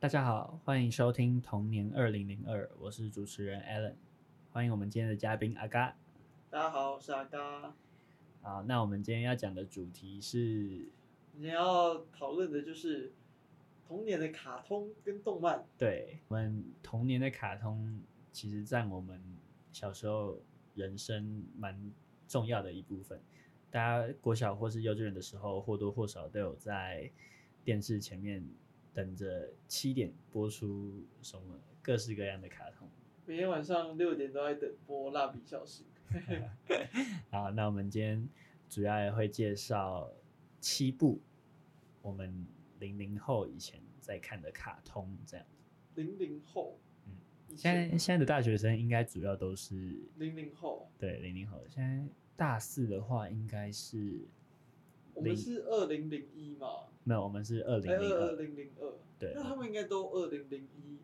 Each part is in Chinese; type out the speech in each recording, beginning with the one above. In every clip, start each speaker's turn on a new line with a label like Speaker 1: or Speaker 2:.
Speaker 1: 大家好，欢迎收听《童年二零零二》，我是主持人 Alan，欢迎我们今天的嘉宾阿嘎。
Speaker 2: 大家好，我是阿嘎。
Speaker 1: 好，那我们今天要讲的主题是，
Speaker 2: 今天要讨论的就是童年的卡通跟动漫。
Speaker 1: 对我们童年的卡通，其实占我们小时候人生蛮重要的一部分。大家国小或是幼稚园的时候，或多或少都有在电视前面等着七点播出什么各式各样的卡通。
Speaker 2: 每天晚上六点都在等播《蜡笔小 新》。
Speaker 1: 好，那我们今天主要也会介绍七部我们零零后以前在看的卡通，这样。
Speaker 2: 零零后，
Speaker 1: 嗯
Speaker 2: 以
Speaker 1: 现
Speaker 2: 前，
Speaker 1: 在现在的大学生应该主要都是
Speaker 2: 零零后，
Speaker 1: 对零零后，现在大四的话应该是
Speaker 2: 我们
Speaker 1: 零
Speaker 2: 是二零零一嘛，
Speaker 1: 没有，我们是二
Speaker 2: 哎，
Speaker 1: 零零
Speaker 2: 二二
Speaker 1: 二，
Speaker 2: 零零二，
Speaker 1: 对
Speaker 2: 那，他们应该都二零零一，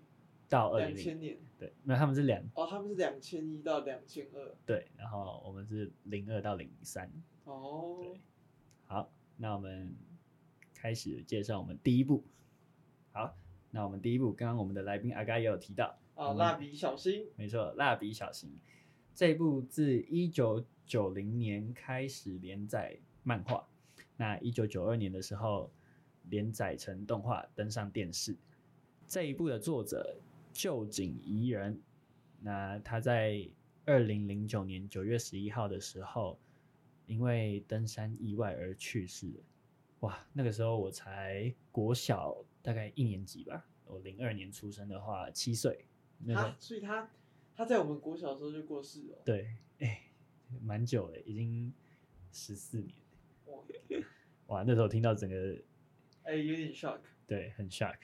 Speaker 1: 到二
Speaker 2: 两
Speaker 1: 零
Speaker 2: 千
Speaker 1: 零，
Speaker 2: 年
Speaker 1: 对，没有，他们是两
Speaker 2: 哦，他们是两千一到两千二，
Speaker 1: 对，然后我们是零二到零三，
Speaker 2: 哦，
Speaker 1: 对，好，那我们开始介绍我们第一部。好，那我们第一部，刚刚我们的来宾阿嘎也有提到，
Speaker 2: 啊，
Speaker 1: 嗯
Speaker 2: 蜡笔小新，
Speaker 1: 没错，《蜡笔小新》这部自一九九零年开始连载漫画，那一九九二年的时候连载成动画登上电视。这一部的作者旧井宜人，那他在二零零九年九月十一号的时候，因为登山意外而去世了。哇，那个时候我才国小大概一年级吧，我零二年出生的话，七岁。那时候
Speaker 2: 啊，所以他他在我们国小的时候就过世了，
Speaker 1: 对，哎、蛮久了，已经十四年了。
Speaker 2: 哇，
Speaker 1: 哇，那时候听到整个
Speaker 2: 哎，有点 shock，
Speaker 1: 对很 shock，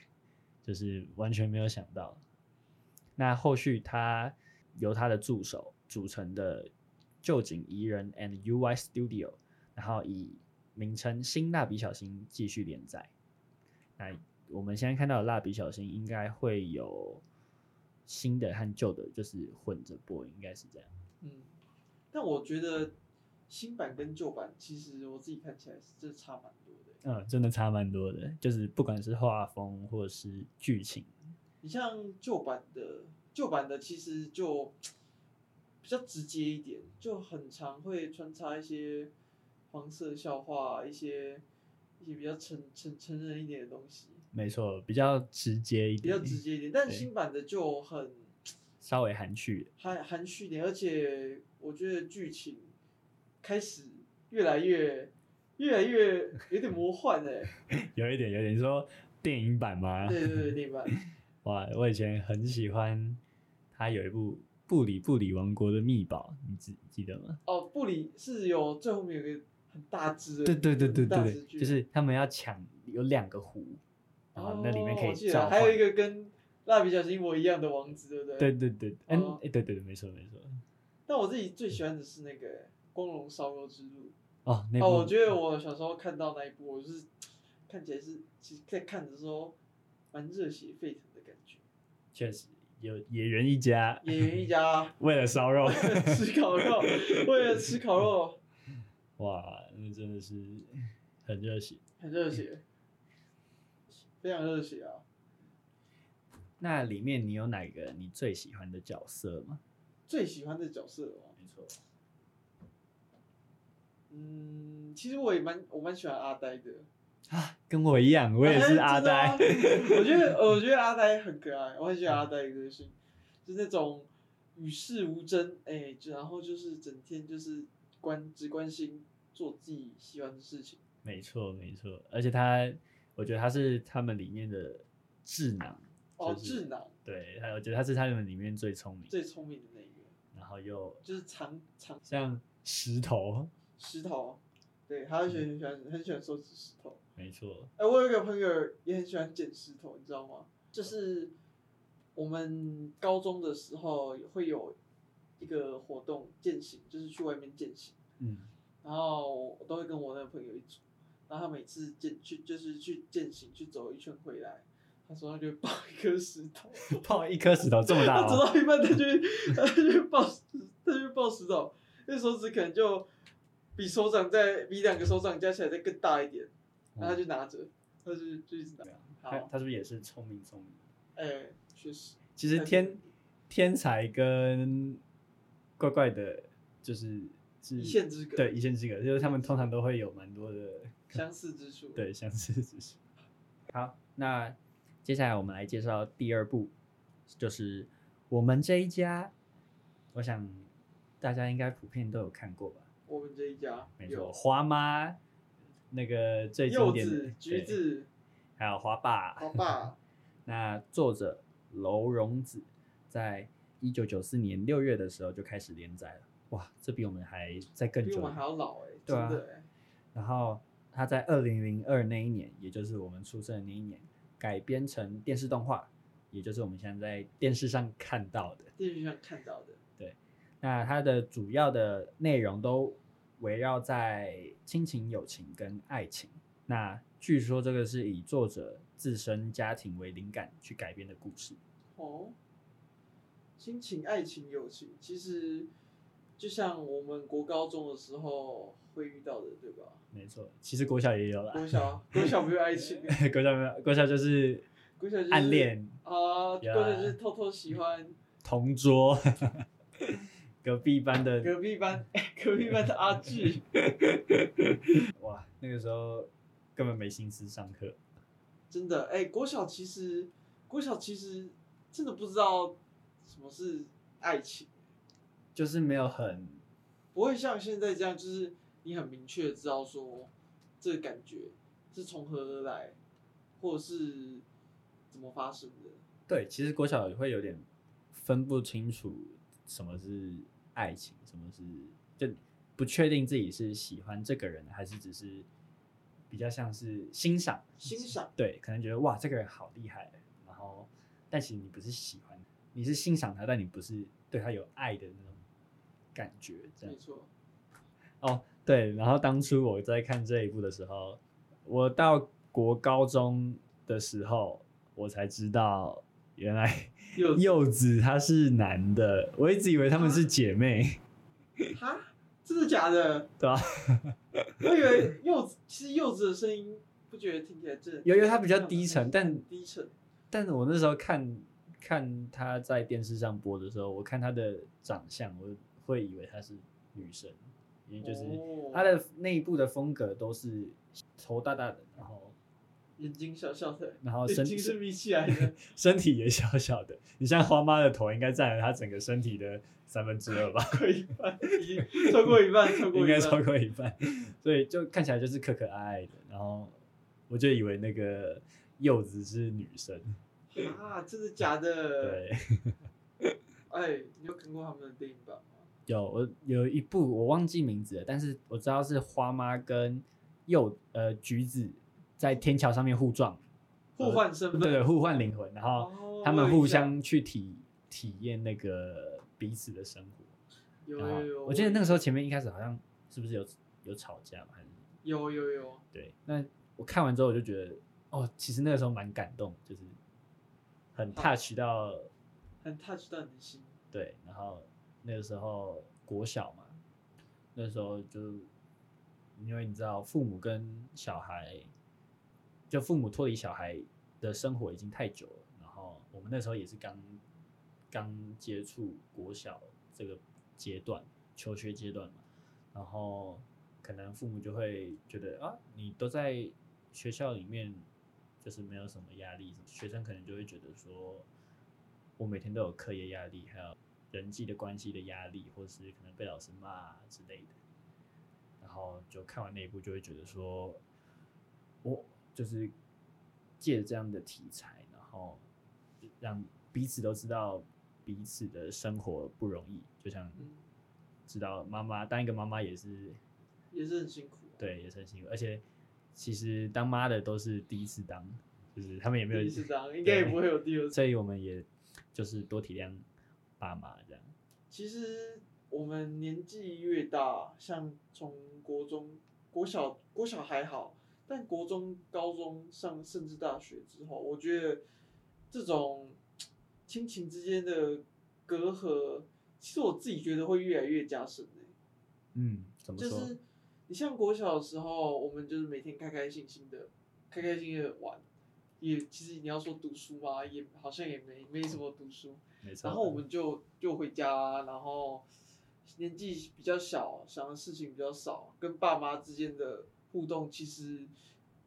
Speaker 1: 就是完全没有想到。那后续他由他的助手组成的旧井宜人 and UI Studio，然后以名称《新蜡笔小新》继续连载。那我们现在看到的蜡笔小新应该会有新的和旧的，就是混着播，应该是这样。
Speaker 2: 嗯，但我觉得新版跟旧版，其实我自己看起来是真的差蛮多的。欸
Speaker 1: 嗯，真的差蛮多的，就是不管是画风或者是剧情，
Speaker 2: 你像旧版的，旧版的其实就比较直接一点，就很常会穿插一些黄色笑话，啊一些一些比较成成成人一点的东西，
Speaker 1: 没错，比较直接一
Speaker 2: 比
Speaker 1: 点，
Speaker 2: 较直接一点。但新版的就很
Speaker 1: 稍微含蓄。
Speaker 2: 含含蓄一点，而且我觉得剧情开始越来越越来越有点魔幻哎、
Speaker 1: 有一点，有一点。你说电影版吗？
Speaker 2: 对对对，另外，
Speaker 1: 哇，我以前很喜欢他有一部《布里布里王国的秘宝》，你记记得吗？
Speaker 2: 哦，布里是有最后面有个很大只的，
Speaker 1: 对对对对
Speaker 2: 很大
Speaker 1: 对
Speaker 2: 只
Speaker 1: 对，
Speaker 2: 巨
Speaker 1: 就
Speaker 2: 人
Speaker 1: 是他们要抢有两个湖，然后那里面可
Speaker 2: 哦
Speaker 1: 以
Speaker 2: 我记得
Speaker 1: 召
Speaker 2: 还有
Speaker 1: 唤
Speaker 2: 一个跟蜡笔小新一模一样的王子，对不对？
Speaker 1: 对。对对，嗯，
Speaker 2: 哦
Speaker 1: 诶对对对，没错没错。
Speaker 2: 但我自己最喜欢的是那个《光荣烧肉之路
Speaker 1: 哦，那》部、
Speaker 2: 哦，我觉得我小时候看到那一部，我就是看起来是其实在看的时候蛮热血沸腾的感觉。
Speaker 1: 确实有野人一家
Speaker 2: 演员 一家
Speaker 1: 为了烧肉。
Speaker 2: 吃烤肉，为了吃烤肉
Speaker 1: 哇，那真的是很热血。
Speaker 2: 很热血，非常热血啊！
Speaker 1: 那里面你有哪个你最喜欢的角色吗？
Speaker 2: 最喜欢的角色哦了吗？
Speaker 1: 没错，
Speaker 2: 嗯，其实我也蛮我蛮喜欢阿呆的，
Speaker 1: 跟我一样，我也是阿呆
Speaker 2: 哎。真的吗 我觉得呃我觉得阿呆很可爱，我很喜欢阿呆的个性，就是那种与世无争，哎、就然后就是整天就是关只关心做自己喜欢的事情，
Speaker 1: 没错，没错。而且他，我觉得他是他们里面的智囊。
Speaker 2: 哦，
Speaker 1: 就是
Speaker 2: 智囊
Speaker 1: 对，他我觉得他是他们里面最聪明，
Speaker 2: 最聪明的那一个，
Speaker 1: 然后又
Speaker 2: 就是藏藏
Speaker 1: 像石头，
Speaker 2: 石头，对，他很喜欢很喜欢很喜欢收集石头。
Speaker 1: 没错，
Speaker 2: 哎、我有一个朋友也很喜欢捡石头，你知道吗？就是我们高中的时候会有一个活动践行，就是去外面践行，
Speaker 1: 嗯，
Speaker 2: 然后我都会跟我那个朋友一组，然后他每次践去就是去践行去走一圈回来，他手上就会抱一颗石头，
Speaker 1: 抱一颗石头这么大、
Speaker 2: 他走
Speaker 1: 哦，
Speaker 2: 到一半他就会他就会抱石他就会抱石头，那手指可能就比手掌再比两个手掌加起来再更大一点，然后他就拿着，但是就一直打。
Speaker 1: 嗯他
Speaker 2: 好，
Speaker 1: 他是不是也是聪明聪明？
Speaker 2: 哎，确实，
Speaker 1: 其实
Speaker 2: 但是
Speaker 1: 天天才跟怪怪的，就是是
Speaker 2: 一线之隔
Speaker 1: 对一线之隔，就是他们通常都会有蛮多的
Speaker 2: 相似之处。，
Speaker 1: 对相似之处。好，那接下来我们来介绍第二部，就是我们这一家，我想大家应该普遍都有看过吧？
Speaker 2: 我们这一家
Speaker 1: 没错，
Speaker 2: 有
Speaker 1: 花妈那个最经
Speaker 2: 柚
Speaker 1: 典的
Speaker 2: 子、橘，
Speaker 1: 对
Speaker 2: 子、
Speaker 1: 还有花爸，
Speaker 2: 花爸，
Speaker 1: 那作者楼荣子在一九九四年六月的时候就开始连载了，哇，这比我们还在更
Speaker 2: 比我
Speaker 1: 久
Speaker 2: 们。还要老哎，
Speaker 1: 对
Speaker 2: 真
Speaker 1: 啊
Speaker 2: 的哎，
Speaker 1: 然后他在二零零二那一年，也就是我们出生的那一年，改编成电视动画，也就是我们现在在电视上看到的。
Speaker 2: 电视上看到的。
Speaker 1: 那它的主要的内容都围绕在亲情、友情跟爱情。那据说这个是以作者自身家庭为灵感去改编的故事。
Speaker 2: 哦，亲情、爱情、友情，其实就像我们国高中的时候会遇到的，对吧？
Speaker 1: 没错，其实国小也有啦。
Speaker 2: 国小，国小没有爱情，
Speaker 1: 国小没有，国小就是哦
Speaker 2: 国小就是
Speaker 1: 暗恋、
Speaker 2: 啊，
Speaker 1: 呀
Speaker 2: 或者就是偷偷喜欢
Speaker 1: 同桌、隔壁班的，
Speaker 2: 隔壁班， 隔壁班的阿志。
Speaker 1: 哇，那个时候根本没心思上课。
Speaker 2: 真的，哎、国小其实，国小其实真的不知道什么是爱情，
Speaker 1: 就是没有很
Speaker 2: 不会像现在这样，就是你很明确地知道说这个感觉是从何而来，或者是怎么发生的。
Speaker 1: 对，其实国小也会有点分不清楚什么是爱情，什么是就不确定自己是喜欢这个人，还是只是比较像是欣赏
Speaker 2: 欣赏。
Speaker 1: 对，可能觉得哇这个人好厉害，然后但其实你不是喜欢，你是欣赏他，但你不是对他有爱的那种感觉，这样
Speaker 2: 没。错，
Speaker 1: 哦，对，然后当初我在看这一部的时候，我到国高中的时候，我才知道原来
Speaker 2: 柚子
Speaker 1: 柚子他是男的，我一直以为他们是姐妹，
Speaker 2: 哈，真的假的？
Speaker 1: 对吧、
Speaker 2: 我以为柚子，其实柚子的声音不觉得听起来真的，
Speaker 1: 由于它比较低沉但
Speaker 2: 很低沉，
Speaker 1: 但是我那时候看看他在电视上播的时候，我看他的长相，我会以为她是女生，因为就是
Speaker 2: 哦
Speaker 1: 她的内部的风格都是头大大的，然后
Speaker 2: 眼睛小小的，
Speaker 1: 然后身
Speaker 2: 眼睛是眯起来的，
Speaker 1: 身体也小小的，你像花妈的头应该占了她整个身体的三分之二吧，
Speaker 2: 过一半，已经超过一半，超过
Speaker 1: 应
Speaker 2: 一
Speaker 1: 该
Speaker 2: 半，
Speaker 1: 超过一半，所以就看起来就是可可爱爱的。然后我就以为那个柚子是女生，
Speaker 2: 啊，真的假的？
Speaker 1: 对，
Speaker 2: 哎，你有看过他们的电影版吗？
Speaker 1: 有我有一部我忘记名字了，但是我知道是花妈跟柚呃橘子在天桥上面互撞，啊
Speaker 2: 互换身
Speaker 1: 对
Speaker 2: 份，
Speaker 1: 对，互换灵魂，然后
Speaker 2: 哦
Speaker 1: 他们互相去体体验那个彼此的生活。
Speaker 2: 有
Speaker 1: 然后
Speaker 2: 有有，
Speaker 1: 我记得那个时候前面一开始好像是不是有有吵架嘛，还是
Speaker 2: 有有有，
Speaker 1: 对？那我看完之后我就觉得，哦，其实那个时候蛮感动，就是很 touch 到
Speaker 2: 很 touch 到你的心，
Speaker 1: 对。然后那个时候国小嘛，那时候就因为你知道父母跟小孩，就父母脱离小孩的生活已经太久了，然后我们那时候也是刚刚接触国小这个阶段，求学阶段嘛。然后可能父母就会觉得啊，你都在学校里面，就是没有什么压力。学生可能就会觉得说，我每天都有课业压力，还有人际的关系的压力，或是可能被老师骂啊之类的。然后就看完那一部，就会觉得说，我就是借这样的题材，然后让彼此都知道彼此的生活不容易，就像
Speaker 2: 嗯，
Speaker 1: 知道妈妈当一个妈妈也是
Speaker 2: 也是很辛苦，，啊
Speaker 1: 对，也是很辛苦，而且其实当妈的都是第一次当，就是他们也没
Speaker 2: 第
Speaker 1: 有
Speaker 2: 一，次当，应该也不会有第二次。
Speaker 1: 所以我们也就是多体谅爸妈这样。
Speaker 2: 其实我们年纪越大，像从国中、国小、国小还好，但国中、高中上甚至大学之后，我觉得这种亲情之间的隔阂，其实我自己觉得会越来越加深、欸、
Speaker 1: 嗯，怎么
Speaker 2: 就
Speaker 1: 说？
Speaker 2: 是你像国小的时候，我们就是每天开开心心的，开开心心的玩。也其实你要说读书嘛，也好像也没没什么读书。
Speaker 1: 没错。嗯
Speaker 2: 然后我们就就回家，啊然后年纪比较小，想的事情比较少，跟爸妈之间的互动其实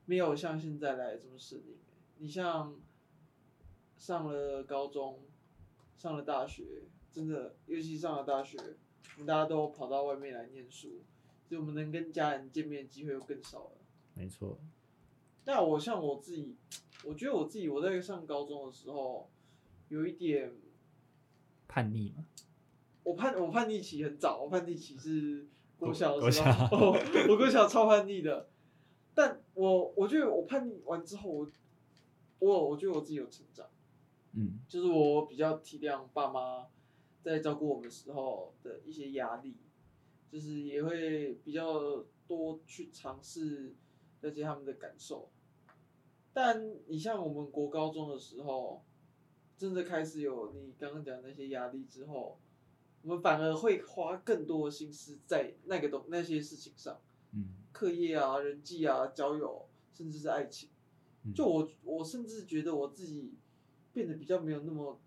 Speaker 2: 没有像现在来得这么深入。你像上了高中，上了大学，真的，尤其上了大学，我们大家都跑到外面来念书，所以我们能跟家人见面的机会又更少了。
Speaker 1: 没错，
Speaker 2: 但我像我自己，我觉得我自己我在上高中的时候，有一点
Speaker 1: 叛逆嘛，
Speaker 2: 我叛我叛逆期很早，我叛逆期是国小
Speaker 1: 国
Speaker 2: 的时候，
Speaker 1: 国小
Speaker 2: 我我国小超叛逆的，但我我觉得我叛逆完之后，我我我觉得我自己有成长，
Speaker 1: 嗯，
Speaker 2: 就是我比较体谅爸妈在照顾我们时候的一些压力，就是也会比较多去尝试了解他们的感受。但你像我们国高中的时候，真的开始有你刚刚讲的那些压力之后，我们反而会花更多的心思在那个东那些事情上，
Speaker 1: 嗯，
Speaker 2: 课业啊、人际啊、交友，甚至是爱情。
Speaker 1: 嗯
Speaker 2: 就我我甚至觉得我自己变得比较没有那么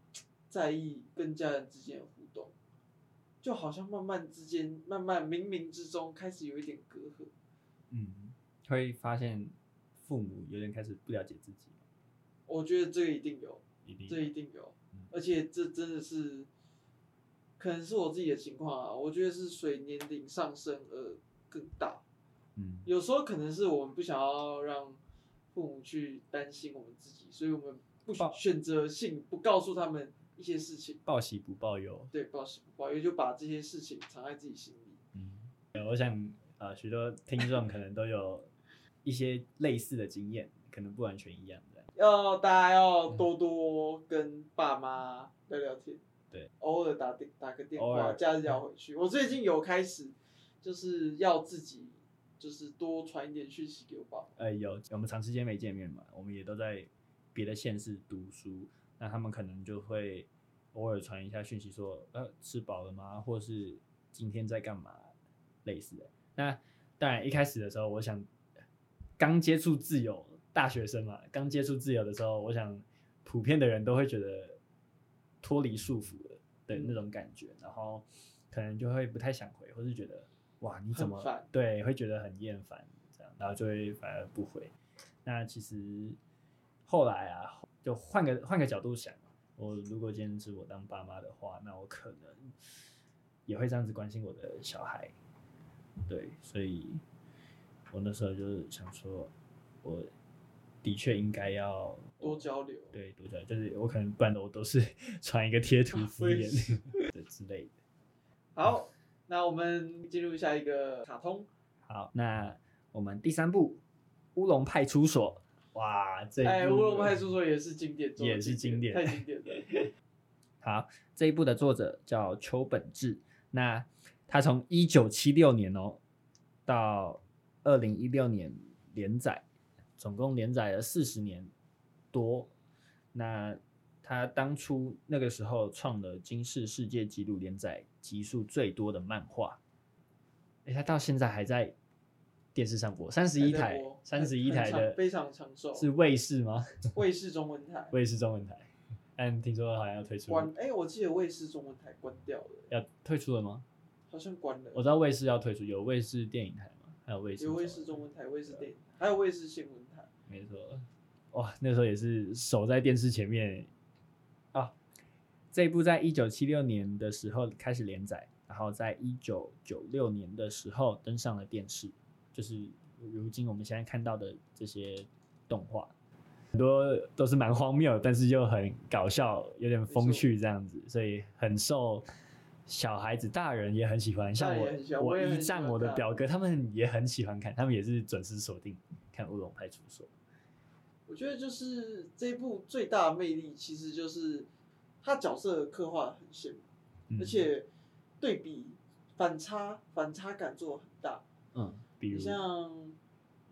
Speaker 2: 在意跟家人之间的互动，就好像慢慢之间、慢慢冥冥之中开始有一点隔阂。
Speaker 1: 嗯，会发现父母有点开始不了解自己，
Speaker 2: 我觉得这个一定有，
Speaker 1: 一定
Speaker 2: 这一定有
Speaker 1: 嗯，
Speaker 2: 而且这真的是，可能是我自己的情况啊。我觉得是随年龄上升而更大，
Speaker 1: 嗯
Speaker 2: 有时候可能是我们不想要让父母去担心我们自己，所以我们不
Speaker 1: 报
Speaker 2: 选择性不告诉他们一些事情。
Speaker 1: 报喜不报忧，
Speaker 2: 对，不好意思，不好意思，就把这些事情藏在自己心里。
Speaker 1: 嗯，我想呃，许多听众可能都有一些类似的经验，可能不完全一样的，
Speaker 2: 要大家要
Speaker 1: 嗯
Speaker 2: 多多跟爸妈聊聊天，
Speaker 1: 对，
Speaker 2: 偶尔打电打个电
Speaker 1: 偶
Speaker 2: 话，
Speaker 1: 尔嗯
Speaker 2: 假日要回去。我最近有开始，就是要自己，就是多传一点讯息给我爸妈。
Speaker 1: 呃，有我们长时间没见面嘛，我们也都在别的县市读书，那他们可能就会偶尔传一下讯息说，呃，吃饱了吗？或是今天在干嘛？类似的。那当然一开始的时候，我想刚接触自由，大学生嘛，刚接触自由的时候，我想普遍的人都会觉得脱离束缚了的那种感觉，然后可能就会不太想回，或是觉得哇，你怎
Speaker 2: 很
Speaker 1: 么
Speaker 2: 烦
Speaker 1: 对，会觉得很厌烦这样，然后就会反而不回。那其实后来啊，就换个换个角度想，我如果今天是我当爸妈的话，那我可能也会这样子关心我的小孩。对，所以我那时候就是想说，我的确应该要
Speaker 2: 多交流，
Speaker 1: 哦对多久，就是我可能不然的我都是 传一个贴图敷
Speaker 2: 我也
Speaker 1: 衍 的之类的。
Speaker 2: 好，那我们进入下一个卡通。
Speaker 1: 好，那我们第三部《乌龙派出所》哇，这一
Speaker 2: 哎，
Speaker 1: 部
Speaker 2: 乌龙派出所也是经典中的典，
Speaker 1: 嗯也是经典
Speaker 2: 太经典了。
Speaker 1: 好，这一部的作者叫邱本志，那他从一九七六年哦到二零一六年连载，总共连载了四十年多。那他当初那个时候创了金氏世界纪录连载集数最多的漫画，诶，他到现在还在电视上播，三 十一台，三十一台的
Speaker 2: 非常长寿，
Speaker 1: 是卫视吗？
Speaker 2: 卫视中文 台
Speaker 1: 卫视中文台，但听说好像要退出，
Speaker 2: 关，哎，我记得卫视中文台关掉了，
Speaker 1: 要退出了吗？
Speaker 2: 好像关了。
Speaker 1: 我知道卫视要退出，有卫视电影台嘛，还有卫视。
Speaker 2: 有卫视中文台、卫视电影台，还有卫视新闻台。
Speaker 1: 没错，哇，那时候也是守在电视前面啊。这一部在一九七六年的时候开始连载，然后在一九九六年的时候登上了电视，就是如今我们现在看到的这些动画，很多都是蛮荒谬，但是又很搞笑，有点风趣这样子，所以很受。小孩子、大人也很喜欢，像
Speaker 2: 大人
Speaker 1: 我
Speaker 2: 也很喜，欢
Speaker 1: 我
Speaker 2: 我也
Speaker 1: 一
Speaker 2: 很喜欢
Speaker 1: 战我的
Speaker 2: 看
Speaker 1: 表哥他们也很喜欢看，他们也是准时锁定看《乌龙派出所》。
Speaker 2: 我觉得就是这一部最大的魅力，其实就是他角色的刻画很鲜明，
Speaker 1: 嗯
Speaker 2: 而且对比反差反差感做得很大。
Speaker 1: 嗯，比
Speaker 2: 你
Speaker 1: 如
Speaker 2: 像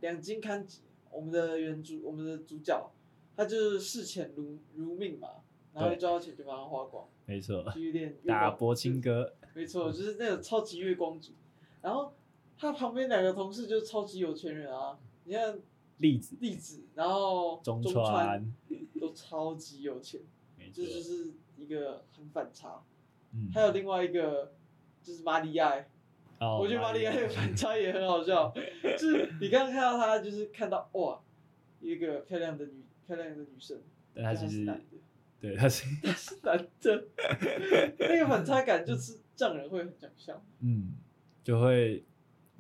Speaker 2: 两金刊吉，我们的原主，我们的主角，他就是视钱如如命嘛，然后
Speaker 1: 对
Speaker 2: 赚到钱就把它花 光，
Speaker 1: 没错，
Speaker 2: 就有点
Speaker 1: 打薄情
Speaker 2: 歌。
Speaker 1: 歌，
Speaker 2: 没错，就是那种超级月光族。然后他旁边两个同事就是超级有钱人啊，你看
Speaker 1: 例子，
Speaker 2: 栗子，然后
Speaker 1: 中
Speaker 2: 川
Speaker 1: 川
Speaker 2: 都超级有钱，
Speaker 1: 没错
Speaker 2: 这，就是一个很反差。
Speaker 1: 嗯，
Speaker 2: 还有另外一个就是马里亚，
Speaker 1: 哦
Speaker 2: 我觉得马里亚的反差也很好笑，就是你刚刚看到他，就是看到哇，一个漂亮的女漂亮的女生，
Speaker 1: 但他
Speaker 2: 但
Speaker 1: 其
Speaker 2: 是男
Speaker 1: 实
Speaker 2: 的，
Speaker 1: 对他是
Speaker 2: 但是男的，那个反差感就是让人会很想笑，
Speaker 1: 嗯，就会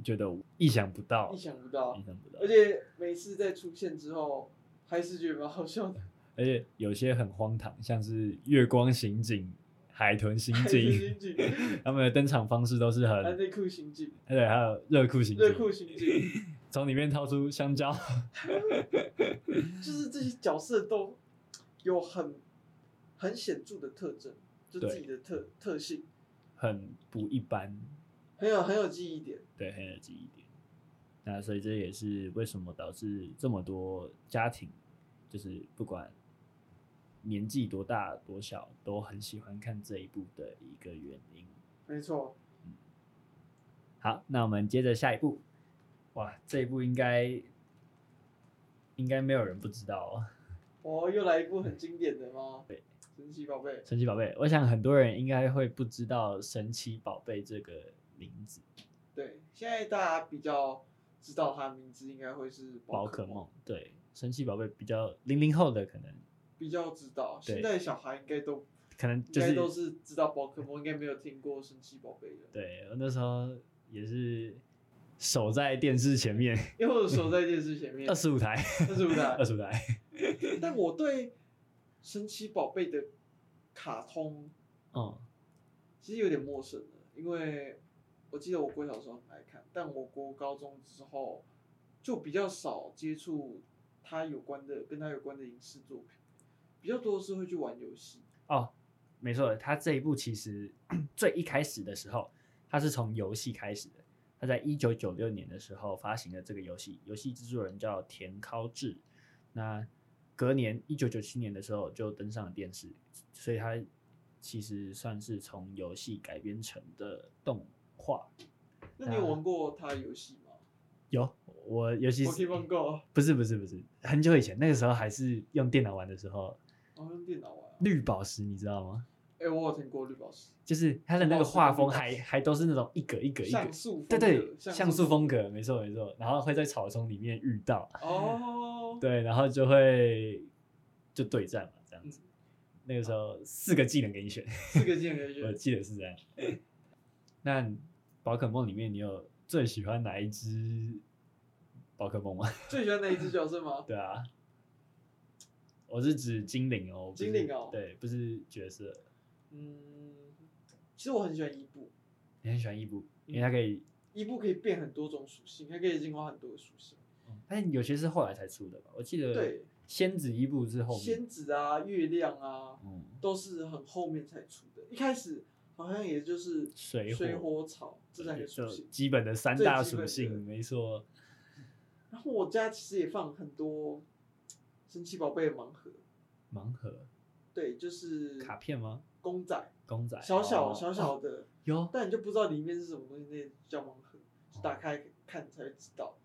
Speaker 1: 觉得意想不到，
Speaker 2: 意想不到
Speaker 1: 意，想不到
Speaker 2: 而，且每次在出现之后，还是觉得蛮好笑的，
Speaker 1: 而且有些很荒唐，像是月光刑警、海豚刑
Speaker 2: 还是
Speaker 1: 警，
Speaker 2: 刑警，
Speaker 1: 他们的登场方式都是很，
Speaker 2: 还内裤刑警，
Speaker 1: 对，还有热裤刑
Speaker 2: 热裤
Speaker 1: 警，
Speaker 2: 刑警，
Speaker 1: 从里面掏出香蕉，
Speaker 2: 就是这些角色都有很很显著的特征，就
Speaker 1: 对
Speaker 2: 自己的特特性，
Speaker 1: 很不一般，
Speaker 2: 很有很有记忆点。
Speaker 1: 对，很有记忆点。那所以这也是为什么导致这么多家庭，就是不管年纪多大多小，都很喜欢看这一部的一个原因。
Speaker 2: 没错，
Speaker 1: 好，那我们接着下一步。哇，这一部应该应该没有人不知道哦，
Speaker 2: 哦，又来一部很经典的吗？
Speaker 1: 对，
Speaker 2: 神奇宝贝，
Speaker 1: 《神奇宝贝》。我想很多人应该会不知道《神奇宝贝》这个名字，
Speaker 2: 对，现在大家比较知道它名字，应该会是
Speaker 1: 宝
Speaker 2: 可
Speaker 1: 可梦。对，《神奇宝贝》比较零零后的可能
Speaker 2: 比较知道。
Speaker 1: 对
Speaker 2: 现在小孩应该都
Speaker 1: 可能
Speaker 2: 应
Speaker 1: 就
Speaker 2: 该
Speaker 1: 是
Speaker 2: 都是知道宝可梦，应该没有听过神奇宝贝的，
Speaker 1: 对我那时候也是守在电视前面，
Speaker 2: 因为我守在电视前面
Speaker 1: 二，十五台，
Speaker 2: 那是不是啊？
Speaker 1: 二十五台。
Speaker 2: 但我对神奇宝贝的卡通
Speaker 1: 哦，
Speaker 2: 其实有点陌生的，因为我记得我国小的时候很爱看，但我国高中之后就比较少接触它有关的跟它有关的影视作品，比较多的是会去玩游戏。
Speaker 1: 哦，没错，他这一部其实最一开始的时候，他是从游戏开始的。他在一九九六年的时候发行了这个游戏，游戏制作人叫田尻智。那隔年一九九七年的时候就登上了电视，所以它其实算是从游戏改编成的动画。
Speaker 2: 那你有玩过它的游戏吗
Speaker 1: 有我尤啊其是
Speaker 2: ？Pokemon Go，
Speaker 1: 不是不是不是很久以前，那个时候还是用电脑玩的时候，
Speaker 2: 好用电脑玩、啊。
Speaker 1: 绿宝石你知道吗？
Speaker 2: 哎、我有听过绿宝石，
Speaker 1: 就是它的那个
Speaker 2: 哦是
Speaker 1: 画
Speaker 2: 绿
Speaker 1: 风
Speaker 2: 宝
Speaker 1: 还
Speaker 2: 石
Speaker 1: 还都是那种一格一格一格
Speaker 2: 像，素风格
Speaker 1: 对对，像
Speaker 2: 像
Speaker 1: 素风格，没错没错。然后会在草丛里面遇到，
Speaker 2: 哦，
Speaker 1: 对，然后就会就对战嘛，这样子。
Speaker 2: 嗯
Speaker 1: 那个时候四个技能给你选，
Speaker 2: 四个键可以
Speaker 1: 我
Speaker 2: 选。
Speaker 1: 记得是这样。那宝可梦里面你有最喜欢哪一只宝可梦吗？
Speaker 2: 最喜欢哪一只角色吗？
Speaker 1: 对啊，我是指精灵哦，不是
Speaker 2: 精灵哦
Speaker 1: 对，不是角色。
Speaker 2: 嗯，其实我很喜欢伊布，
Speaker 1: 你很喜欢伊布，因为它可以，
Speaker 2: 伊布可以变很多种属性，它可以进化很多的属性。
Speaker 1: 但是有些是后来才出的吧？我记得
Speaker 2: 嗯对，
Speaker 1: 仙子伊布是后面，
Speaker 2: 仙子啊、月亮啊，
Speaker 1: 嗯，
Speaker 2: 都是很后面才出的。一开始好像也就是
Speaker 1: 水火
Speaker 2: 水火草这两个属
Speaker 1: 就
Speaker 2: 性。
Speaker 1: 基本的三
Speaker 2: 最
Speaker 1: 大
Speaker 2: 基
Speaker 1: 属
Speaker 2: 本
Speaker 1: 性，
Speaker 2: 的
Speaker 1: 没错。
Speaker 2: 然后我家其实也放很多神奇宝贝的盲盒，
Speaker 1: 盲盒
Speaker 2: 对，就是
Speaker 1: 卡片吗？
Speaker 2: 公仔，
Speaker 1: 公仔，
Speaker 2: 小小
Speaker 1: 哦
Speaker 2: 小小的，
Speaker 1: 有
Speaker 2: 但你就不知道里面是什么东西，那叫盲盒，就打开看才会知道。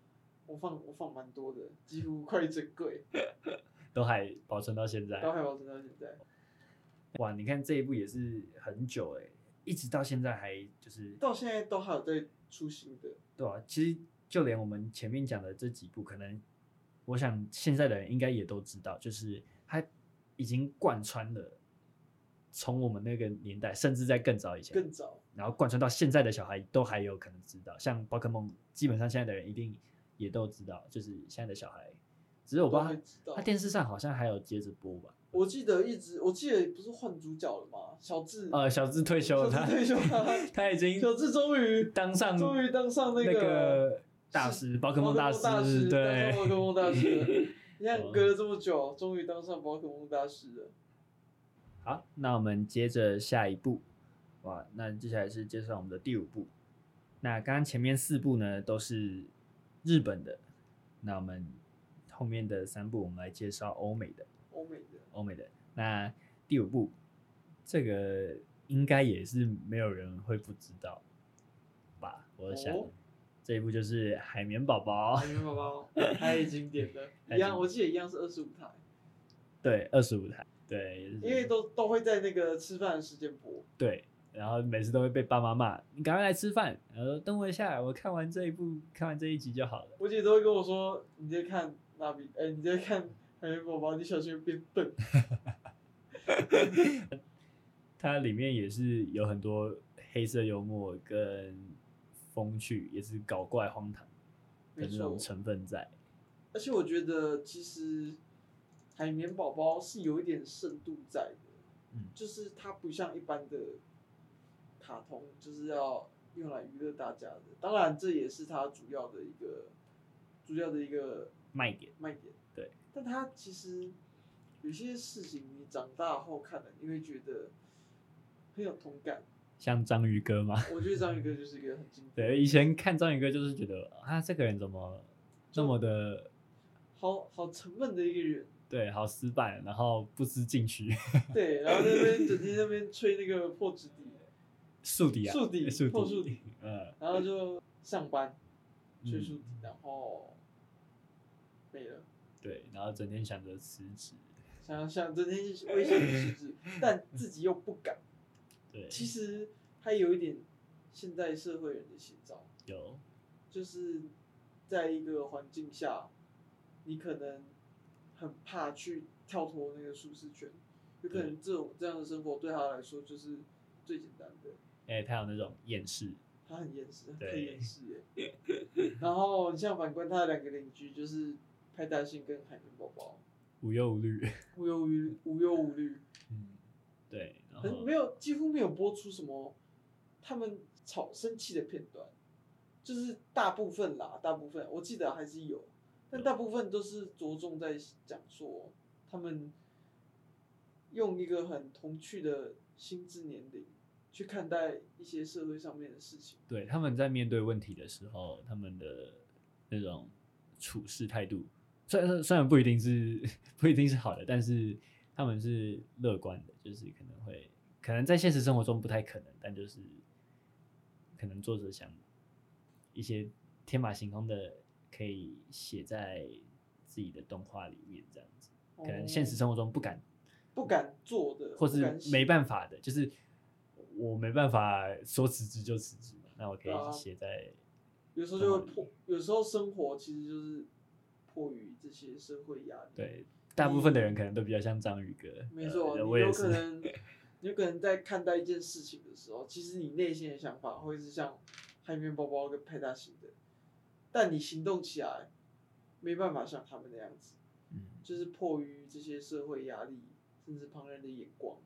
Speaker 2: 我放我放蛮多的，几乎快一整柜，
Speaker 1: 都还保存到现在
Speaker 2: 到。海保存到现在。
Speaker 1: 哇，你看这一部也是很久哎、一直到现在还就是
Speaker 2: 到现在都还有在出新的，
Speaker 1: 对啊，其实就连我们前面讲的这几部，可能我想现在的人应该也都知道，就是它已经贯穿了从我们那个年代，甚至在更早以前，
Speaker 2: 更早。
Speaker 1: 然后贯穿到现在的小孩都还有可能知道，像宝可梦，基本上现在的人一定也都知道，就是现在的小孩，只是我不
Speaker 2: 都
Speaker 1: 知
Speaker 2: 会
Speaker 1: 道
Speaker 2: 知
Speaker 1: 他
Speaker 2: 道
Speaker 1: 他电视上好像还有接着播吧？
Speaker 2: 我记得一直，我记得不是换主角了吗？小智，
Speaker 1: 呃，小智退休了，
Speaker 2: 小
Speaker 1: 他
Speaker 2: 智退休了
Speaker 1: 他已经
Speaker 2: 小智终于
Speaker 1: 当上
Speaker 2: 终于当上那
Speaker 1: 那
Speaker 2: 个
Speaker 1: 大
Speaker 2: 是
Speaker 1: 师，宝可梦大
Speaker 2: 宝可梦大师，当
Speaker 1: 对哦
Speaker 2: 上，宝可梦大师了。 你
Speaker 1: 哇
Speaker 2: 看，隔了这么久，终于当上宝可梦大师了。
Speaker 1: 好，那我们接着下一步，哇，那接下来是介绍我们的第五部。那刚刚前面四部呢都是日本的，那我们后面的三部我们来介绍欧美的，
Speaker 2: 欧美的，
Speaker 1: 欧美的。那第五部，这个应该也是没有人会不知道吧？我想、
Speaker 2: 哦
Speaker 1: 这一部就是《海绵宝宝》
Speaker 2: 海，绵宝宝太经典了，
Speaker 1: 哦 太
Speaker 2: 一样，
Speaker 1: 经
Speaker 2: 我记得一样是二十五台，
Speaker 1: 对，二十五台，对，就是
Speaker 2: 因为都都会在那个吃饭的时间播。
Speaker 1: 对，然后每次都会被爸妈骂，你赶快来吃饭，然后说等我一下，我看完这一部，看完这一集就好了。
Speaker 2: 我姐都会跟我说：“你在看蜡笔，哎、你在看海绵宝宝，你小心会变笨。
Speaker 1: 它里面也是有很多黑色幽默跟风趣，也是搞怪荒唐的那种
Speaker 2: 没错
Speaker 1: 成分在。”
Speaker 2: 而且我觉得其实海绵宝宝是有一点深度在的，
Speaker 1: 嗯
Speaker 2: 就是它不像一般的卡通，就是要用来娱乐大家的。当然，这也是它主要的一个主要的一个
Speaker 1: 卖点。
Speaker 2: 卖点。
Speaker 1: 对，
Speaker 2: 但他其实有些事情你长大后看了，你会觉得很有同感。
Speaker 1: 像章鱼哥嘛，
Speaker 2: 我觉得章鱼哥就是一个很经典，
Speaker 1: 对，以前看章鱼哥就是觉得啊，这个人怎么那么的
Speaker 2: 好好沉闷的一个人，
Speaker 1: 对，好死板，然后不思进取，
Speaker 2: 对，然后在那边整天在那边吹那个破纸 笛，
Speaker 1: 树敌啊，
Speaker 2: 树敌
Speaker 1: 树
Speaker 2: 破树
Speaker 1: 敌
Speaker 2: 敌，
Speaker 1: 嗯，
Speaker 2: 然后就上班吹
Speaker 1: 嗯
Speaker 2: 竖笛，然后没了。
Speaker 1: 对，然后整天想着辞职，
Speaker 2: 想想整天就是危险体质，但自己又不敢。
Speaker 1: 对，
Speaker 2: 其实他有一点现代社会人的写照，
Speaker 1: 有，
Speaker 2: 就是在一个环境下，你可能很怕去跳脱那个舒适圈，有可能这种这样的生活对他来说就是最简单的，
Speaker 1: 哎、他有那种厌世，
Speaker 2: 他很厌世，
Speaker 1: 对
Speaker 2: 太厌世耶。 然后你像反观他的两个邻居，就是派大星跟海绵宝宝，
Speaker 1: 无忧无虑，
Speaker 2: 无忧无虑，无忧无虑，
Speaker 1: 嗯， 对，然
Speaker 2: 很
Speaker 1: 后
Speaker 2: 没有几乎没有播出什么他们吵生气的片段，就是大部分啦，大部分我记得还是有，但大部分都是着重在讲说他们用一个很童趣的心智年龄去看待一些社会上面的事情。
Speaker 1: 对他们在面对问题的时候，他们的那种处事态度，虽然虽然不一定是 不一定是好的，但是他们是乐观的，就是可能会可能在现实生活中不太可能，但就是可能作者想一些天马行空的可以写在自己的动画里面这样子，可能现实
Speaker 2: 哦
Speaker 1: 生活中不敢
Speaker 2: 不敢做的，
Speaker 1: 或
Speaker 2: 不
Speaker 1: 是
Speaker 2: 敢写
Speaker 1: 没办法的，就是我没办法说辞职就辞职嘛，那我可
Speaker 2: 对啊
Speaker 1: 以写在
Speaker 2: 有时候就会迫，有时候生活其实就是迫于这些社会压力。
Speaker 1: 对大部分的人可能都比较像章鱼哥，
Speaker 2: 没错，
Speaker 1: 呃、
Speaker 2: 你
Speaker 1: 我也
Speaker 2: 有可
Speaker 1: 是，
Speaker 2: 能， 你有可能在看待一件事情的时候，其实你内心的想法会是像海绵宝宝跟派大星的，但你行动起来没办法像他们那样子，
Speaker 1: 嗯，
Speaker 2: 就是迫于这些社会压力，甚至旁人的眼光。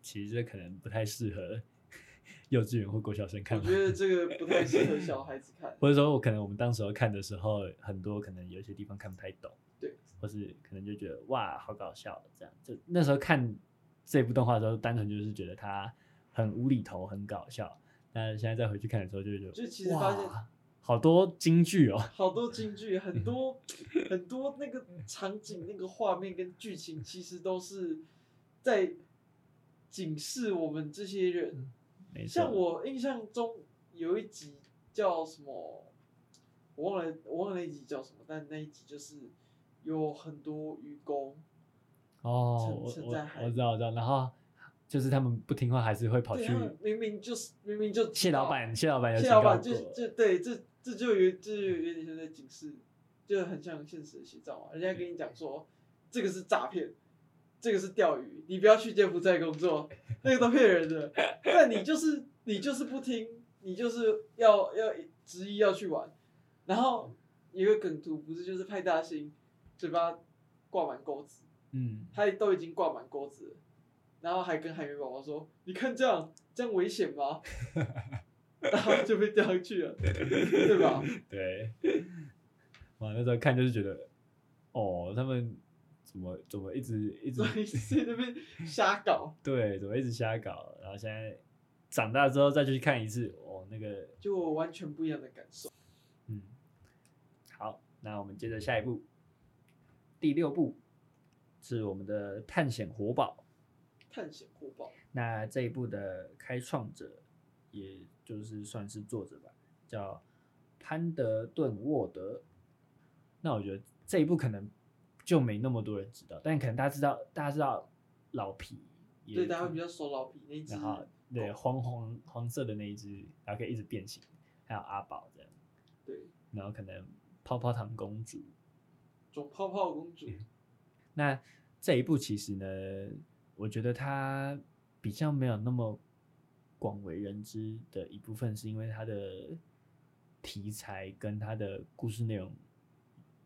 Speaker 1: 其实这可能不太适合 幼稚园或国小生看
Speaker 2: 我
Speaker 1: 吧，。
Speaker 2: 觉得这个不太适合小孩子看
Speaker 1: 或者说我可能我们当时候看的时候，很多可能有一些地方看不太懂，
Speaker 2: 对，
Speaker 1: 或是可能就觉得哇好搞笑这样，就那时候看这部动画的时候，单纯就是觉得它很无厘头，很搞笑。那现在再回去看的时候，就会觉得
Speaker 2: 就其实发现
Speaker 1: 哇好多京剧哦，
Speaker 2: 好多京剧，很多
Speaker 1: 嗯
Speaker 2: 很多那个场景、那个画面跟剧情，其实都是在警示我们这些人。
Speaker 1: 嗯没错，
Speaker 2: 像我印象中有一集叫什么，我忘了，我忘了那一集叫什么，但那一集就是有很多愚公，
Speaker 1: 哦，
Speaker 2: 沉
Speaker 1: 我
Speaker 2: 沉
Speaker 1: 我
Speaker 2: 在海
Speaker 1: 我知道我知道，然后就是他们不听话还是会跑
Speaker 2: 对
Speaker 1: 去
Speaker 2: 他们明明就是明明就知
Speaker 1: 谢老
Speaker 2: 道，
Speaker 1: 板，谢老板有
Speaker 2: 谢
Speaker 1: 警
Speaker 2: 老
Speaker 1: 告
Speaker 2: 板
Speaker 1: 过，
Speaker 2: 就就对这这就有这就有点像在警示，就很像现实的写照嘛。人家跟你讲说这个是诈骗，这个是钓鱼，你不要去柬埔寨工作，那个都骗人的。但你就是你就是不听，你就是要要执意要去玩。然后有一个梗图不是就是派大星嘴巴挂满钩子，
Speaker 1: 嗯，
Speaker 2: 他都已经挂满钩子了，然后还跟海绵宝宝说：“你看这样，这样危险吗？” 然后就被钓上去了，对吧？
Speaker 1: 对， 哇，那时候看就是觉得，哦，他们怎么怎么一直一直
Speaker 2: 所以在那边瞎搞，
Speaker 1: 对，怎么一直瞎搞，然后现在长大之后再去看一次，哦，那个，
Speaker 2: 就我完全不一样的感受。
Speaker 1: 嗯，好，那我们接着下一步，第六步是我们的探险活宝。
Speaker 2: 探险火爆，
Speaker 1: 那这一部的开创者也就是算是作者吧，叫潘德顿沃德。那我觉得这一部可能就没那么多人知道，但可能大家知道，大家知道老皮也，
Speaker 2: 对，大家会比较熟老皮那一只
Speaker 1: 然后对黄黄黄色的那一只，然后可以一直变形，还有阿宝这样，
Speaker 2: 对，
Speaker 1: 然后可能泡泡糖公主。
Speaker 2: 肿泡泡公主，
Speaker 1: 嗯那这一部其实呢，我觉得它比较没有那么广为人知的一部分，是因为它的题材跟它的故事内容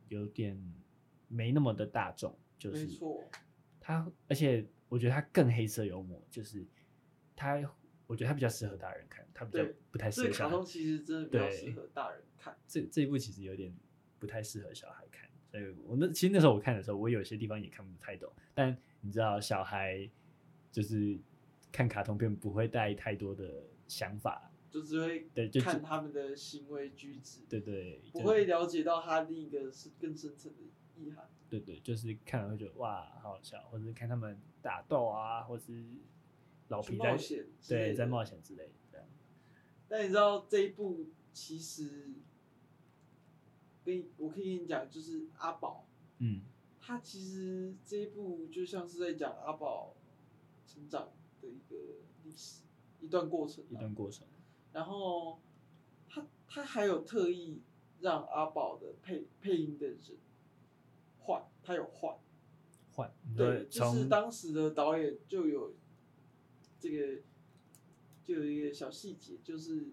Speaker 1: 有点没那么的大众，就
Speaker 2: 没
Speaker 1: 是
Speaker 2: 错，
Speaker 1: 它，而且我觉得它更黑色幽默，就是它，我觉得它比较适合大人看，它比较
Speaker 2: 对
Speaker 1: 不太适
Speaker 2: 这
Speaker 1: 合
Speaker 2: 个
Speaker 1: 小
Speaker 2: 卡
Speaker 1: 孩
Speaker 2: 通其实真的比较适
Speaker 1: 对
Speaker 2: 合大人看，
Speaker 1: 这这一部其实有点不太适合小孩看，所以我那其实那时候我看的时候，我有些地方也看不太懂。但你知道，小孩就是看卡通片不会带太多的想法，
Speaker 2: 就只会
Speaker 1: 对就
Speaker 2: 看
Speaker 1: 就
Speaker 2: 他们的行为举止，
Speaker 1: 对对，
Speaker 2: 不
Speaker 1: 就
Speaker 2: 会，了解到他另一个是更深层的意涵。
Speaker 1: 对对，就是看了会觉得哇，好好笑，或者是看他们打斗啊，或是老
Speaker 2: 去
Speaker 1: 皮
Speaker 2: 冒
Speaker 1: 在
Speaker 2: 险之类
Speaker 1: 对
Speaker 2: 的
Speaker 1: 在冒险之类的这样。
Speaker 2: 但你知道这一部其实，跟你我可以跟你讲，就是阿宝，
Speaker 1: 嗯，
Speaker 2: 他其实这一部就像是在讲阿宝成长的一个历史一段过程、
Speaker 1: 一
Speaker 2: 啊。
Speaker 1: 段过程，
Speaker 2: 然后他他还有特意让阿宝的配配音的人换，他有换，
Speaker 1: 换你
Speaker 2: 对，
Speaker 1: 说
Speaker 2: 就是
Speaker 1: 从
Speaker 2: 当时的导演就有这个，就有一个小细节，就是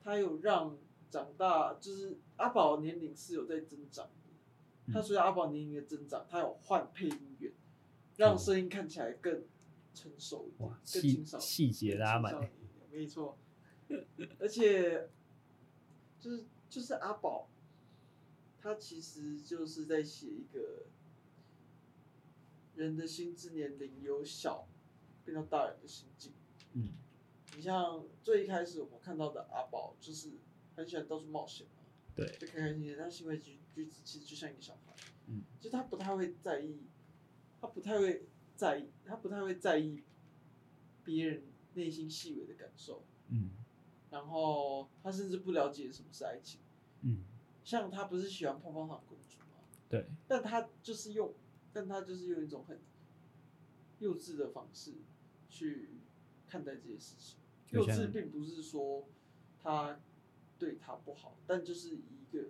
Speaker 2: 他有让长大，就是阿宝年龄是有在增长的，他
Speaker 1: 嗯
Speaker 2: 随着阿宝年龄的增长，他有换配音员，让
Speaker 1: 哦
Speaker 2: 声音看起来更成熟一点
Speaker 1: 哇，
Speaker 2: 更
Speaker 1: 细
Speaker 2: 清爽一点。
Speaker 1: 细节拉满
Speaker 2: 青，少年没错。 而且，就是就是阿宝，他其实就是在写一个人的心智年龄由小变到大人的心境。
Speaker 1: 嗯，
Speaker 2: 你像最一开始我们看到的阿宝，就是很喜欢到处冒险嘛，
Speaker 1: 对
Speaker 2: 就开开心心，他行为举举止其实就像一个小孩，
Speaker 1: 嗯，
Speaker 2: 就他不太会在意，他不太会在意，他不太会在意别人内心细微的感受，
Speaker 1: 嗯
Speaker 2: 然后他甚至不了解什么是爱情，
Speaker 1: 嗯，
Speaker 2: 像他不是喜欢泡泡糖公主吗？
Speaker 1: 对，
Speaker 2: 但他就是用，但他就是用一种很幼稚的方式去看待这些事情。
Speaker 1: 就
Speaker 2: 幼
Speaker 1: 像
Speaker 2: 稚并不是说他对他不好，但就是以一个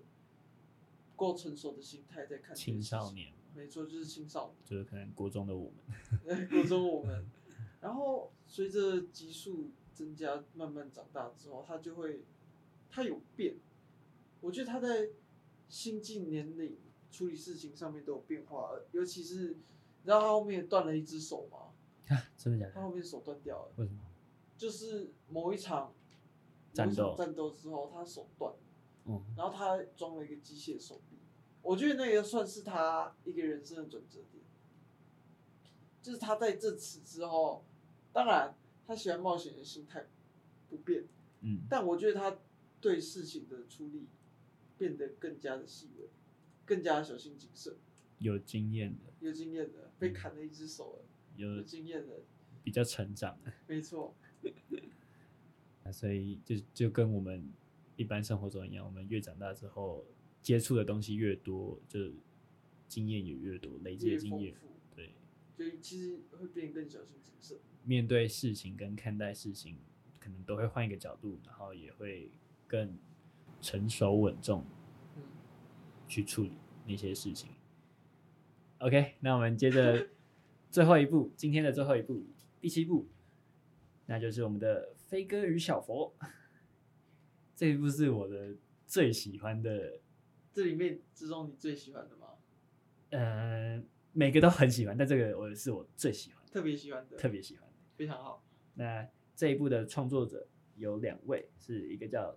Speaker 2: 不够成熟的心态在看这些
Speaker 1: 青
Speaker 2: 事
Speaker 1: 少
Speaker 2: 情。
Speaker 1: 年嘛。
Speaker 2: 没错，就是青少年。
Speaker 1: 就是可能国中的我们，
Speaker 2: 国中我们，然后随着级数增加，慢慢长大之后，他就会，他有变。我觉得他在心境、年龄、处理事情上面都有变化，尤其是你知道他后面断了一只手吗？
Speaker 1: 啊真的假
Speaker 2: 他
Speaker 1: 的？
Speaker 2: 后面手断掉了，
Speaker 1: 为什么？
Speaker 2: 就是某一场
Speaker 1: 战斗
Speaker 2: 某一场战斗之后，他手断了，
Speaker 1: 嗯，
Speaker 2: 然后他装了一个机械手臂，我觉得那个算是他一个人生的转折点，就是他在这次之后，当然他喜欢冒险的心态不变，
Speaker 1: 嗯，
Speaker 2: 但我觉得他对事情的处理变得更加的细微，更加小心谨慎，
Speaker 1: 有经验的，
Speaker 2: 有经验的，
Speaker 1: 嗯
Speaker 2: 被砍了一只手了，有
Speaker 1: 有
Speaker 2: 经验的，
Speaker 1: 比较成长的，
Speaker 2: 没错，
Speaker 1: 啊所以就就跟我们一般生活中一样，我们越长大之后接触的东西越多，就经验也越多，累积
Speaker 2: 越
Speaker 1: 的经
Speaker 2: 丰
Speaker 1: 验，
Speaker 2: 富，
Speaker 1: 对，
Speaker 2: 就其实会变得更小心谨慎，
Speaker 1: 面对事情跟看待事情，可能都会换一个角度，然后也会更成熟稳重
Speaker 2: 嗯，
Speaker 1: 去处理那些事情。OK，那我们接着最后一步，今天的最后一步，第七步，那就是我们的《飞哥与小佛》。这一部是我的最喜欢的，
Speaker 2: 这里面之中你最喜欢的吗？
Speaker 1: 呃，每个都很喜欢，但这个我是我最喜欢的，
Speaker 2: 特别喜欢的，
Speaker 1: 特别喜欢。
Speaker 2: 非常好，
Speaker 1: 那这一部的创作者有两位，是一个叫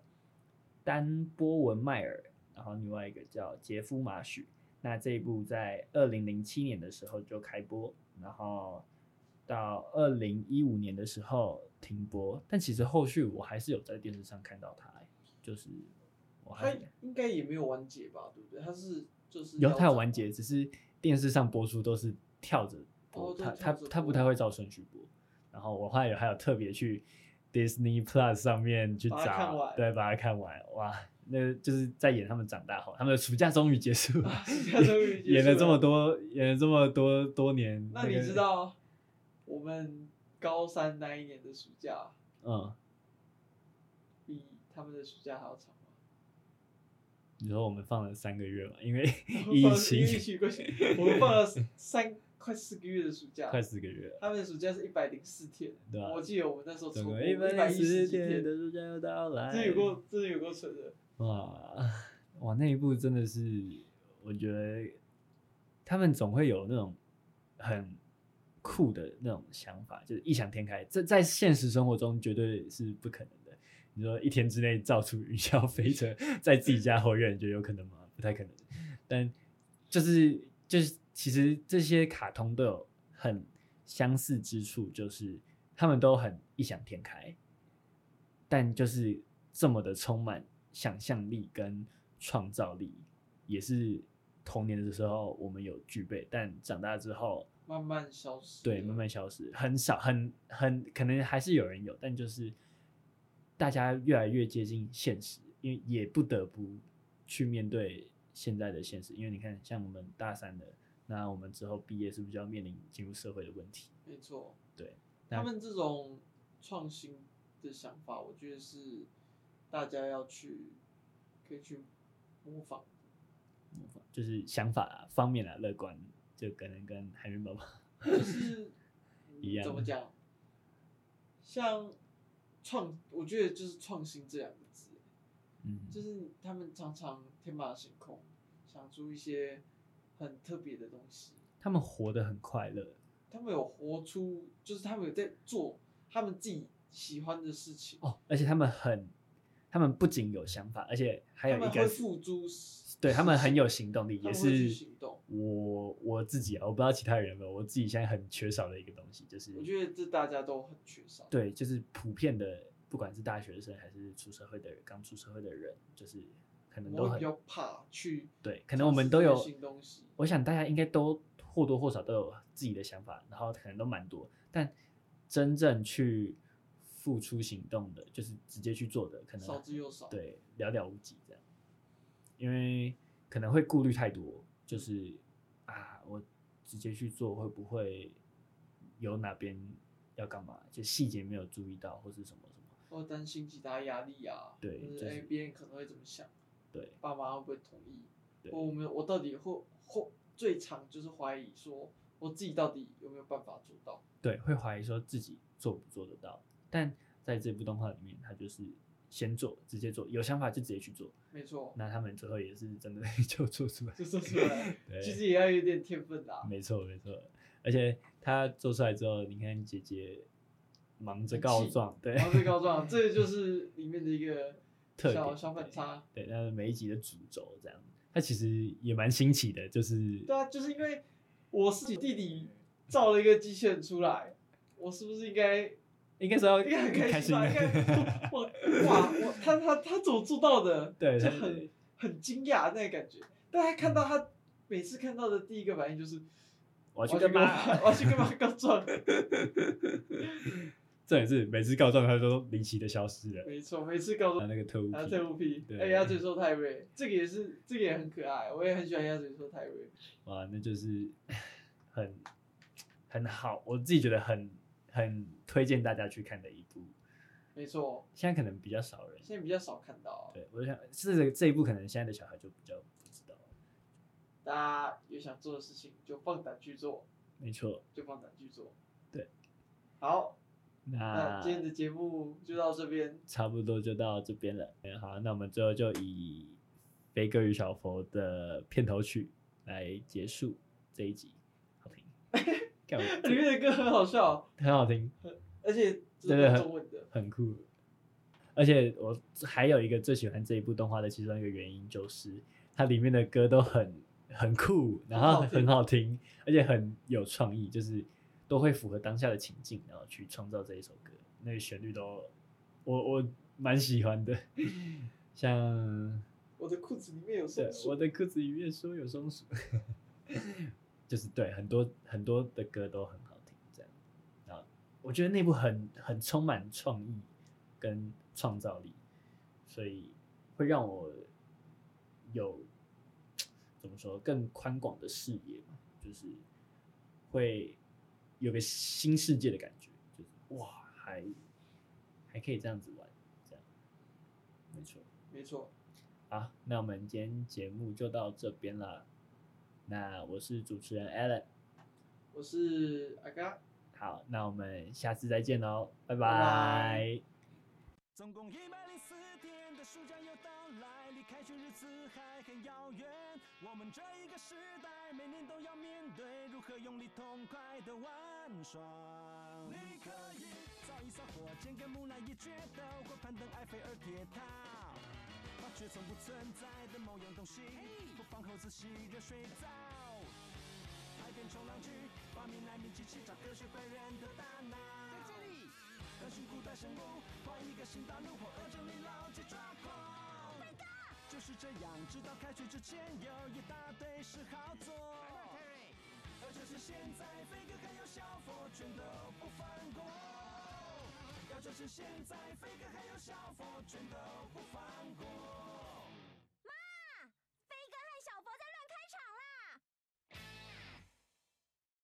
Speaker 1: 丹波文迈尔，然后另外一个叫杰夫马许。那这一部在二零零七年的时候就开播，然后到二零一五年的时候停播。但其实后续我还是有在电视上看到他、欸就是我
Speaker 2: 他
Speaker 1: 还
Speaker 2: 应该也没有完结吧，对不对？他是就是
Speaker 1: 有
Speaker 2: 腰
Speaker 1: 他有
Speaker 2: 斩
Speaker 1: 完
Speaker 2: 吗
Speaker 1: 结，只是电视上播出都是跳着播，
Speaker 2: 哦都
Speaker 1: 他
Speaker 2: 跳
Speaker 1: 他
Speaker 2: 着
Speaker 1: 他不
Speaker 2: 播
Speaker 1: 太会照顺序播。然后我后来有还有特别去 Disney Plus 上面去
Speaker 2: 把它看
Speaker 1: 找，
Speaker 2: 完
Speaker 1: 对，把它看完，哇，那就是在演他们长大后，他们的暑假终于结束，
Speaker 2: 啊暑假 终于结束
Speaker 1: 演了这么
Speaker 2: 了
Speaker 1: 多，演了这么多多年。
Speaker 2: 那你
Speaker 1: 个
Speaker 2: 知？道我们高三那一年的暑假
Speaker 1: 嗯，
Speaker 2: 比他们的暑假还要长吗？
Speaker 1: 你说我们放了三个月嘛，因为
Speaker 2: 我们
Speaker 1: 疫
Speaker 2: 放了
Speaker 1: 情
Speaker 2: 因为疫情关系，我们放了三快四个月的暑假，
Speaker 1: 快四个月了，
Speaker 2: 他们的暑假是一百零四天，
Speaker 1: 对啊
Speaker 2: 我记得我们那时候
Speaker 1: 整
Speaker 2: 超过
Speaker 1: 个
Speaker 2: 一
Speaker 1: 百
Speaker 2: 百
Speaker 1: 零
Speaker 2: 一十
Speaker 1: 十
Speaker 2: 几
Speaker 1: 天
Speaker 2: 天，
Speaker 1: 的暑假要到来。
Speaker 2: 真的有过，真的有过蠢的，
Speaker 1: 哇 哇，那一部真的是，我觉得他们总会有那种很酷的那种想法，就是异想天开。这在现实生活中绝对是不可能的。你说一天之内造出云霄飞车， 在自己家后院，你觉得有可能吗？不太可能。但就是就是，其实这些卡通都有很相似之处，就是他们都很异想天开，但就是这么的充满想象力跟创造力，也是童年的时候我们有具备，但长大之后
Speaker 2: 慢慢消失，
Speaker 1: 对慢慢，消失，很少，很很可能还是有人有，但就是大家越来越接近现实，因为也不得不去面对现在的现实，因为你看，像我们大三的，那我们之后毕业是不是就要面临进入社会的问题？
Speaker 2: 没错，
Speaker 1: 对，那
Speaker 2: 他们这种创新的想法，我觉得是大家要去可以去模仿。
Speaker 1: 就是想法、方面啊，乐观，就可能跟海绵宝宝
Speaker 2: 就是
Speaker 1: 一样
Speaker 2: 怎么讲？像创，我觉得就是创新这两个字，
Speaker 1: 嗯，
Speaker 2: 就是他们常常天马行空，想出一些很特别的东西。
Speaker 1: 他们活得很快乐，
Speaker 2: 他们有活出，就是他们有在做他们自己喜欢的事情，
Speaker 1: 哦，而且他们很，他们不仅有想法，而且还有
Speaker 2: 他们
Speaker 1: 一个
Speaker 2: 会
Speaker 1: 是
Speaker 2: 付诸
Speaker 1: 对他们
Speaker 2: 实
Speaker 1: 很
Speaker 2: 践
Speaker 1: 有行动力，
Speaker 2: 他
Speaker 1: 也
Speaker 2: 们会去
Speaker 1: 是
Speaker 2: 行动。
Speaker 1: 我我自己啊，我不知道其他人有没有，我自己现在很缺少的一个东西，就是
Speaker 2: 我觉得这大家都很缺少。
Speaker 1: 对，就是普遍的，不管是大学生还是出社会的人，刚出社会的人，就是可能
Speaker 2: 我
Speaker 1: 都
Speaker 2: 们
Speaker 1: 很
Speaker 2: 比较怕去，
Speaker 1: 对，可能我们都有
Speaker 2: 新东西。
Speaker 1: 我想大家应该都或多或少都有自己的想法，然后可能都蛮多，但真正去付出行动的，就是直接去做的，可能啊
Speaker 2: 少之又少。
Speaker 1: 对寥寥无几这样，因为可能会顾虑太多，就是啊，我直接去做会不会有哪边要干嘛，就细节没有注意到或是什么什么，
Speaker 2: 或担心其他压力啊，
Speaker 1: 对
Speaker 2: 就
Speaker 1: 就是
Speaker 2: 哎
Speaker 1: 是
Speaker 2: 别人可能会怎么想，
Speaker 1: 对
Speaker 2: 爸妈会不会同意，
Speaker 1: 对
Speaker 2: 或我们我到底会会最常就是怀疑说我自己到底有没有办法做到，
Speaker 1: 对，会怀疑说自己做不做得到，但在这部动画里面，他就是先做，直接做，有想法就直接去做，
Speaker 2: 没错，
Speaker 1: 那他们最后也是真的 就做出 来，
Speaker 2: 就做出来，
Speaker 1: 对，
Speaker 2: 其实也要有点天分的、
Speaker 1: 没错没错，而且他做出来之后，你看姐姐忙着
Speaker 2: 很
Speaker 1: 告
Speaker 2: 气哦
Speaker 1: 状，对。
Speaker 2: 然后最高状，这个就是里面的一个
Speaker 1: 特
Speaker 2: 小
Speaker 1: 点
Speaker 2: 小反差，
Speaker 1: 对，那是每一集的主轴这样，它其实也蛮新奇的，就是
Speaker 2: 对啊，就是因为我是弟弟造了一个机器人出来，我是不是应该？
Speaker 1: 应该说要
Speaker 2: 应该很开心吧？应
Speaker 1: 的
Speaker 2: 该我哇，我他他他怎么做到的？
Speaker 1: 对
Speaker 2: 就
Speaker 1: 他
Speaker 2: 很很惊讶那个感觉。但他看到他每次看到的第一个反应就是
Speaker 1: 我要去
Speaker 2: 要
Speaker 1: 干
Speaker 2: 跟
Speaker 1: 嘛？
Speaker 2: 妈，我要去跟妈告状。
Speaker 1: 这也是每次告状，他都离奇的消失了，
Speaker 2: 没错，每次告
Speaker 1: 然后
Speaker 2: 状，
Speaker 1: 那个特务
Speaker 2: 然后
Speaker 1: 皮
Speaker 2: 特务 P，
Speaker 1: 对
Speaker 2: 哎，鸭嘴兽太尉，这个也是，这个也很可爱，我也很喜欢鸭嘴兽太尉。
Speaker 1: 哇，那就是 很很好，我自己觉得很很推荐大家去看的一部，
Speaker 2: 没错，
Speaker 1: 现在可能比较少人，
Speaker 2: 现在比较少看到，
Speaker 1: 对我就想这个这一部可能现在的小孩就比较不知道，
Speaker 2: 大家有想做的事情就放胆去做，
Speaker 1: 没错，
Speaker 2: 就放胆去做。
Speaker 1: 对，啊
Speaker 2: 好，那
Speaker 1: 那
Speaker 2: 今天的节目就到这边。
Speaker 1: 差不多就到这边了。嗯好，那我们最后就以《飞哥与小佛》的片头曲来结束这一集，好听，干我
Speaker 2: 里面的歌很好笑，
Speaker 1: 很好听，
Speaker 2: 而且
Speaker 1: 对
Speaker 2: 真
Speaker 1: 对
Speaker 2: 的
Speaker 1: 很
Speaker 2: 中文的，
Speaker 1: 很酷。而且我还有一个最喜欢这一部动画的其中一个原因，就是它里面的歌都很很酷，然后
Speaker 2: 很好听
Speaker 1: 很好听，而且很有创意，就是都会符合当下的情境，然后去创造这一首歌，那个旋律都我我蛮喜欢的， 像
Speaker 2: 我的裤子里面有
Speaker 1: 对
Speaker 2: 松，
Speaker 1: 我
Speaker 2: 鼠，
Speaker 1: 的裤子里面说有松鼠， 就是对很多很多的歌都很好听，这样。然后我觉得那部很很充满创意，跟创造力，所以会让我有怎么说更宽广的视野嘛，就是会有个新世界的感觉，就是哇，还还可以这样子玩，这样没错。
Speaker 2: 没错，
Speaker 1: 好，那我们今天节目就到这边啦。那我是主持人 Alan，
Speaker 2: 我是阿嘎。
Speaker 1: 好，那我们下次再见喽，拜
Speaker 2: 拜
Speaker 1: 拜
Speaker 2: 拜。
Speaker 3: 总共一百零四天的暑假要到来，离开学日子还很遥远。我们这一个时代，每年都要面对如何用力痛快的玩耍。你可以造一艘火箭，跟木乃伊决斗，或攀登埃菲尔铁塔，发掘从不存在的某样东西，不妨猴子洗热水澡。海边冲浪去，发明来名机器，找科学怪人的大脑。在这里，探寻古代生物，换一个新大陆，或二者里牢记抓狂。Oh my god！就是这样，直到开学之前有一大堆事好做。而就是现在，飞哥还有小佛全都不放过。要就是现在，飞哥还有小佛全都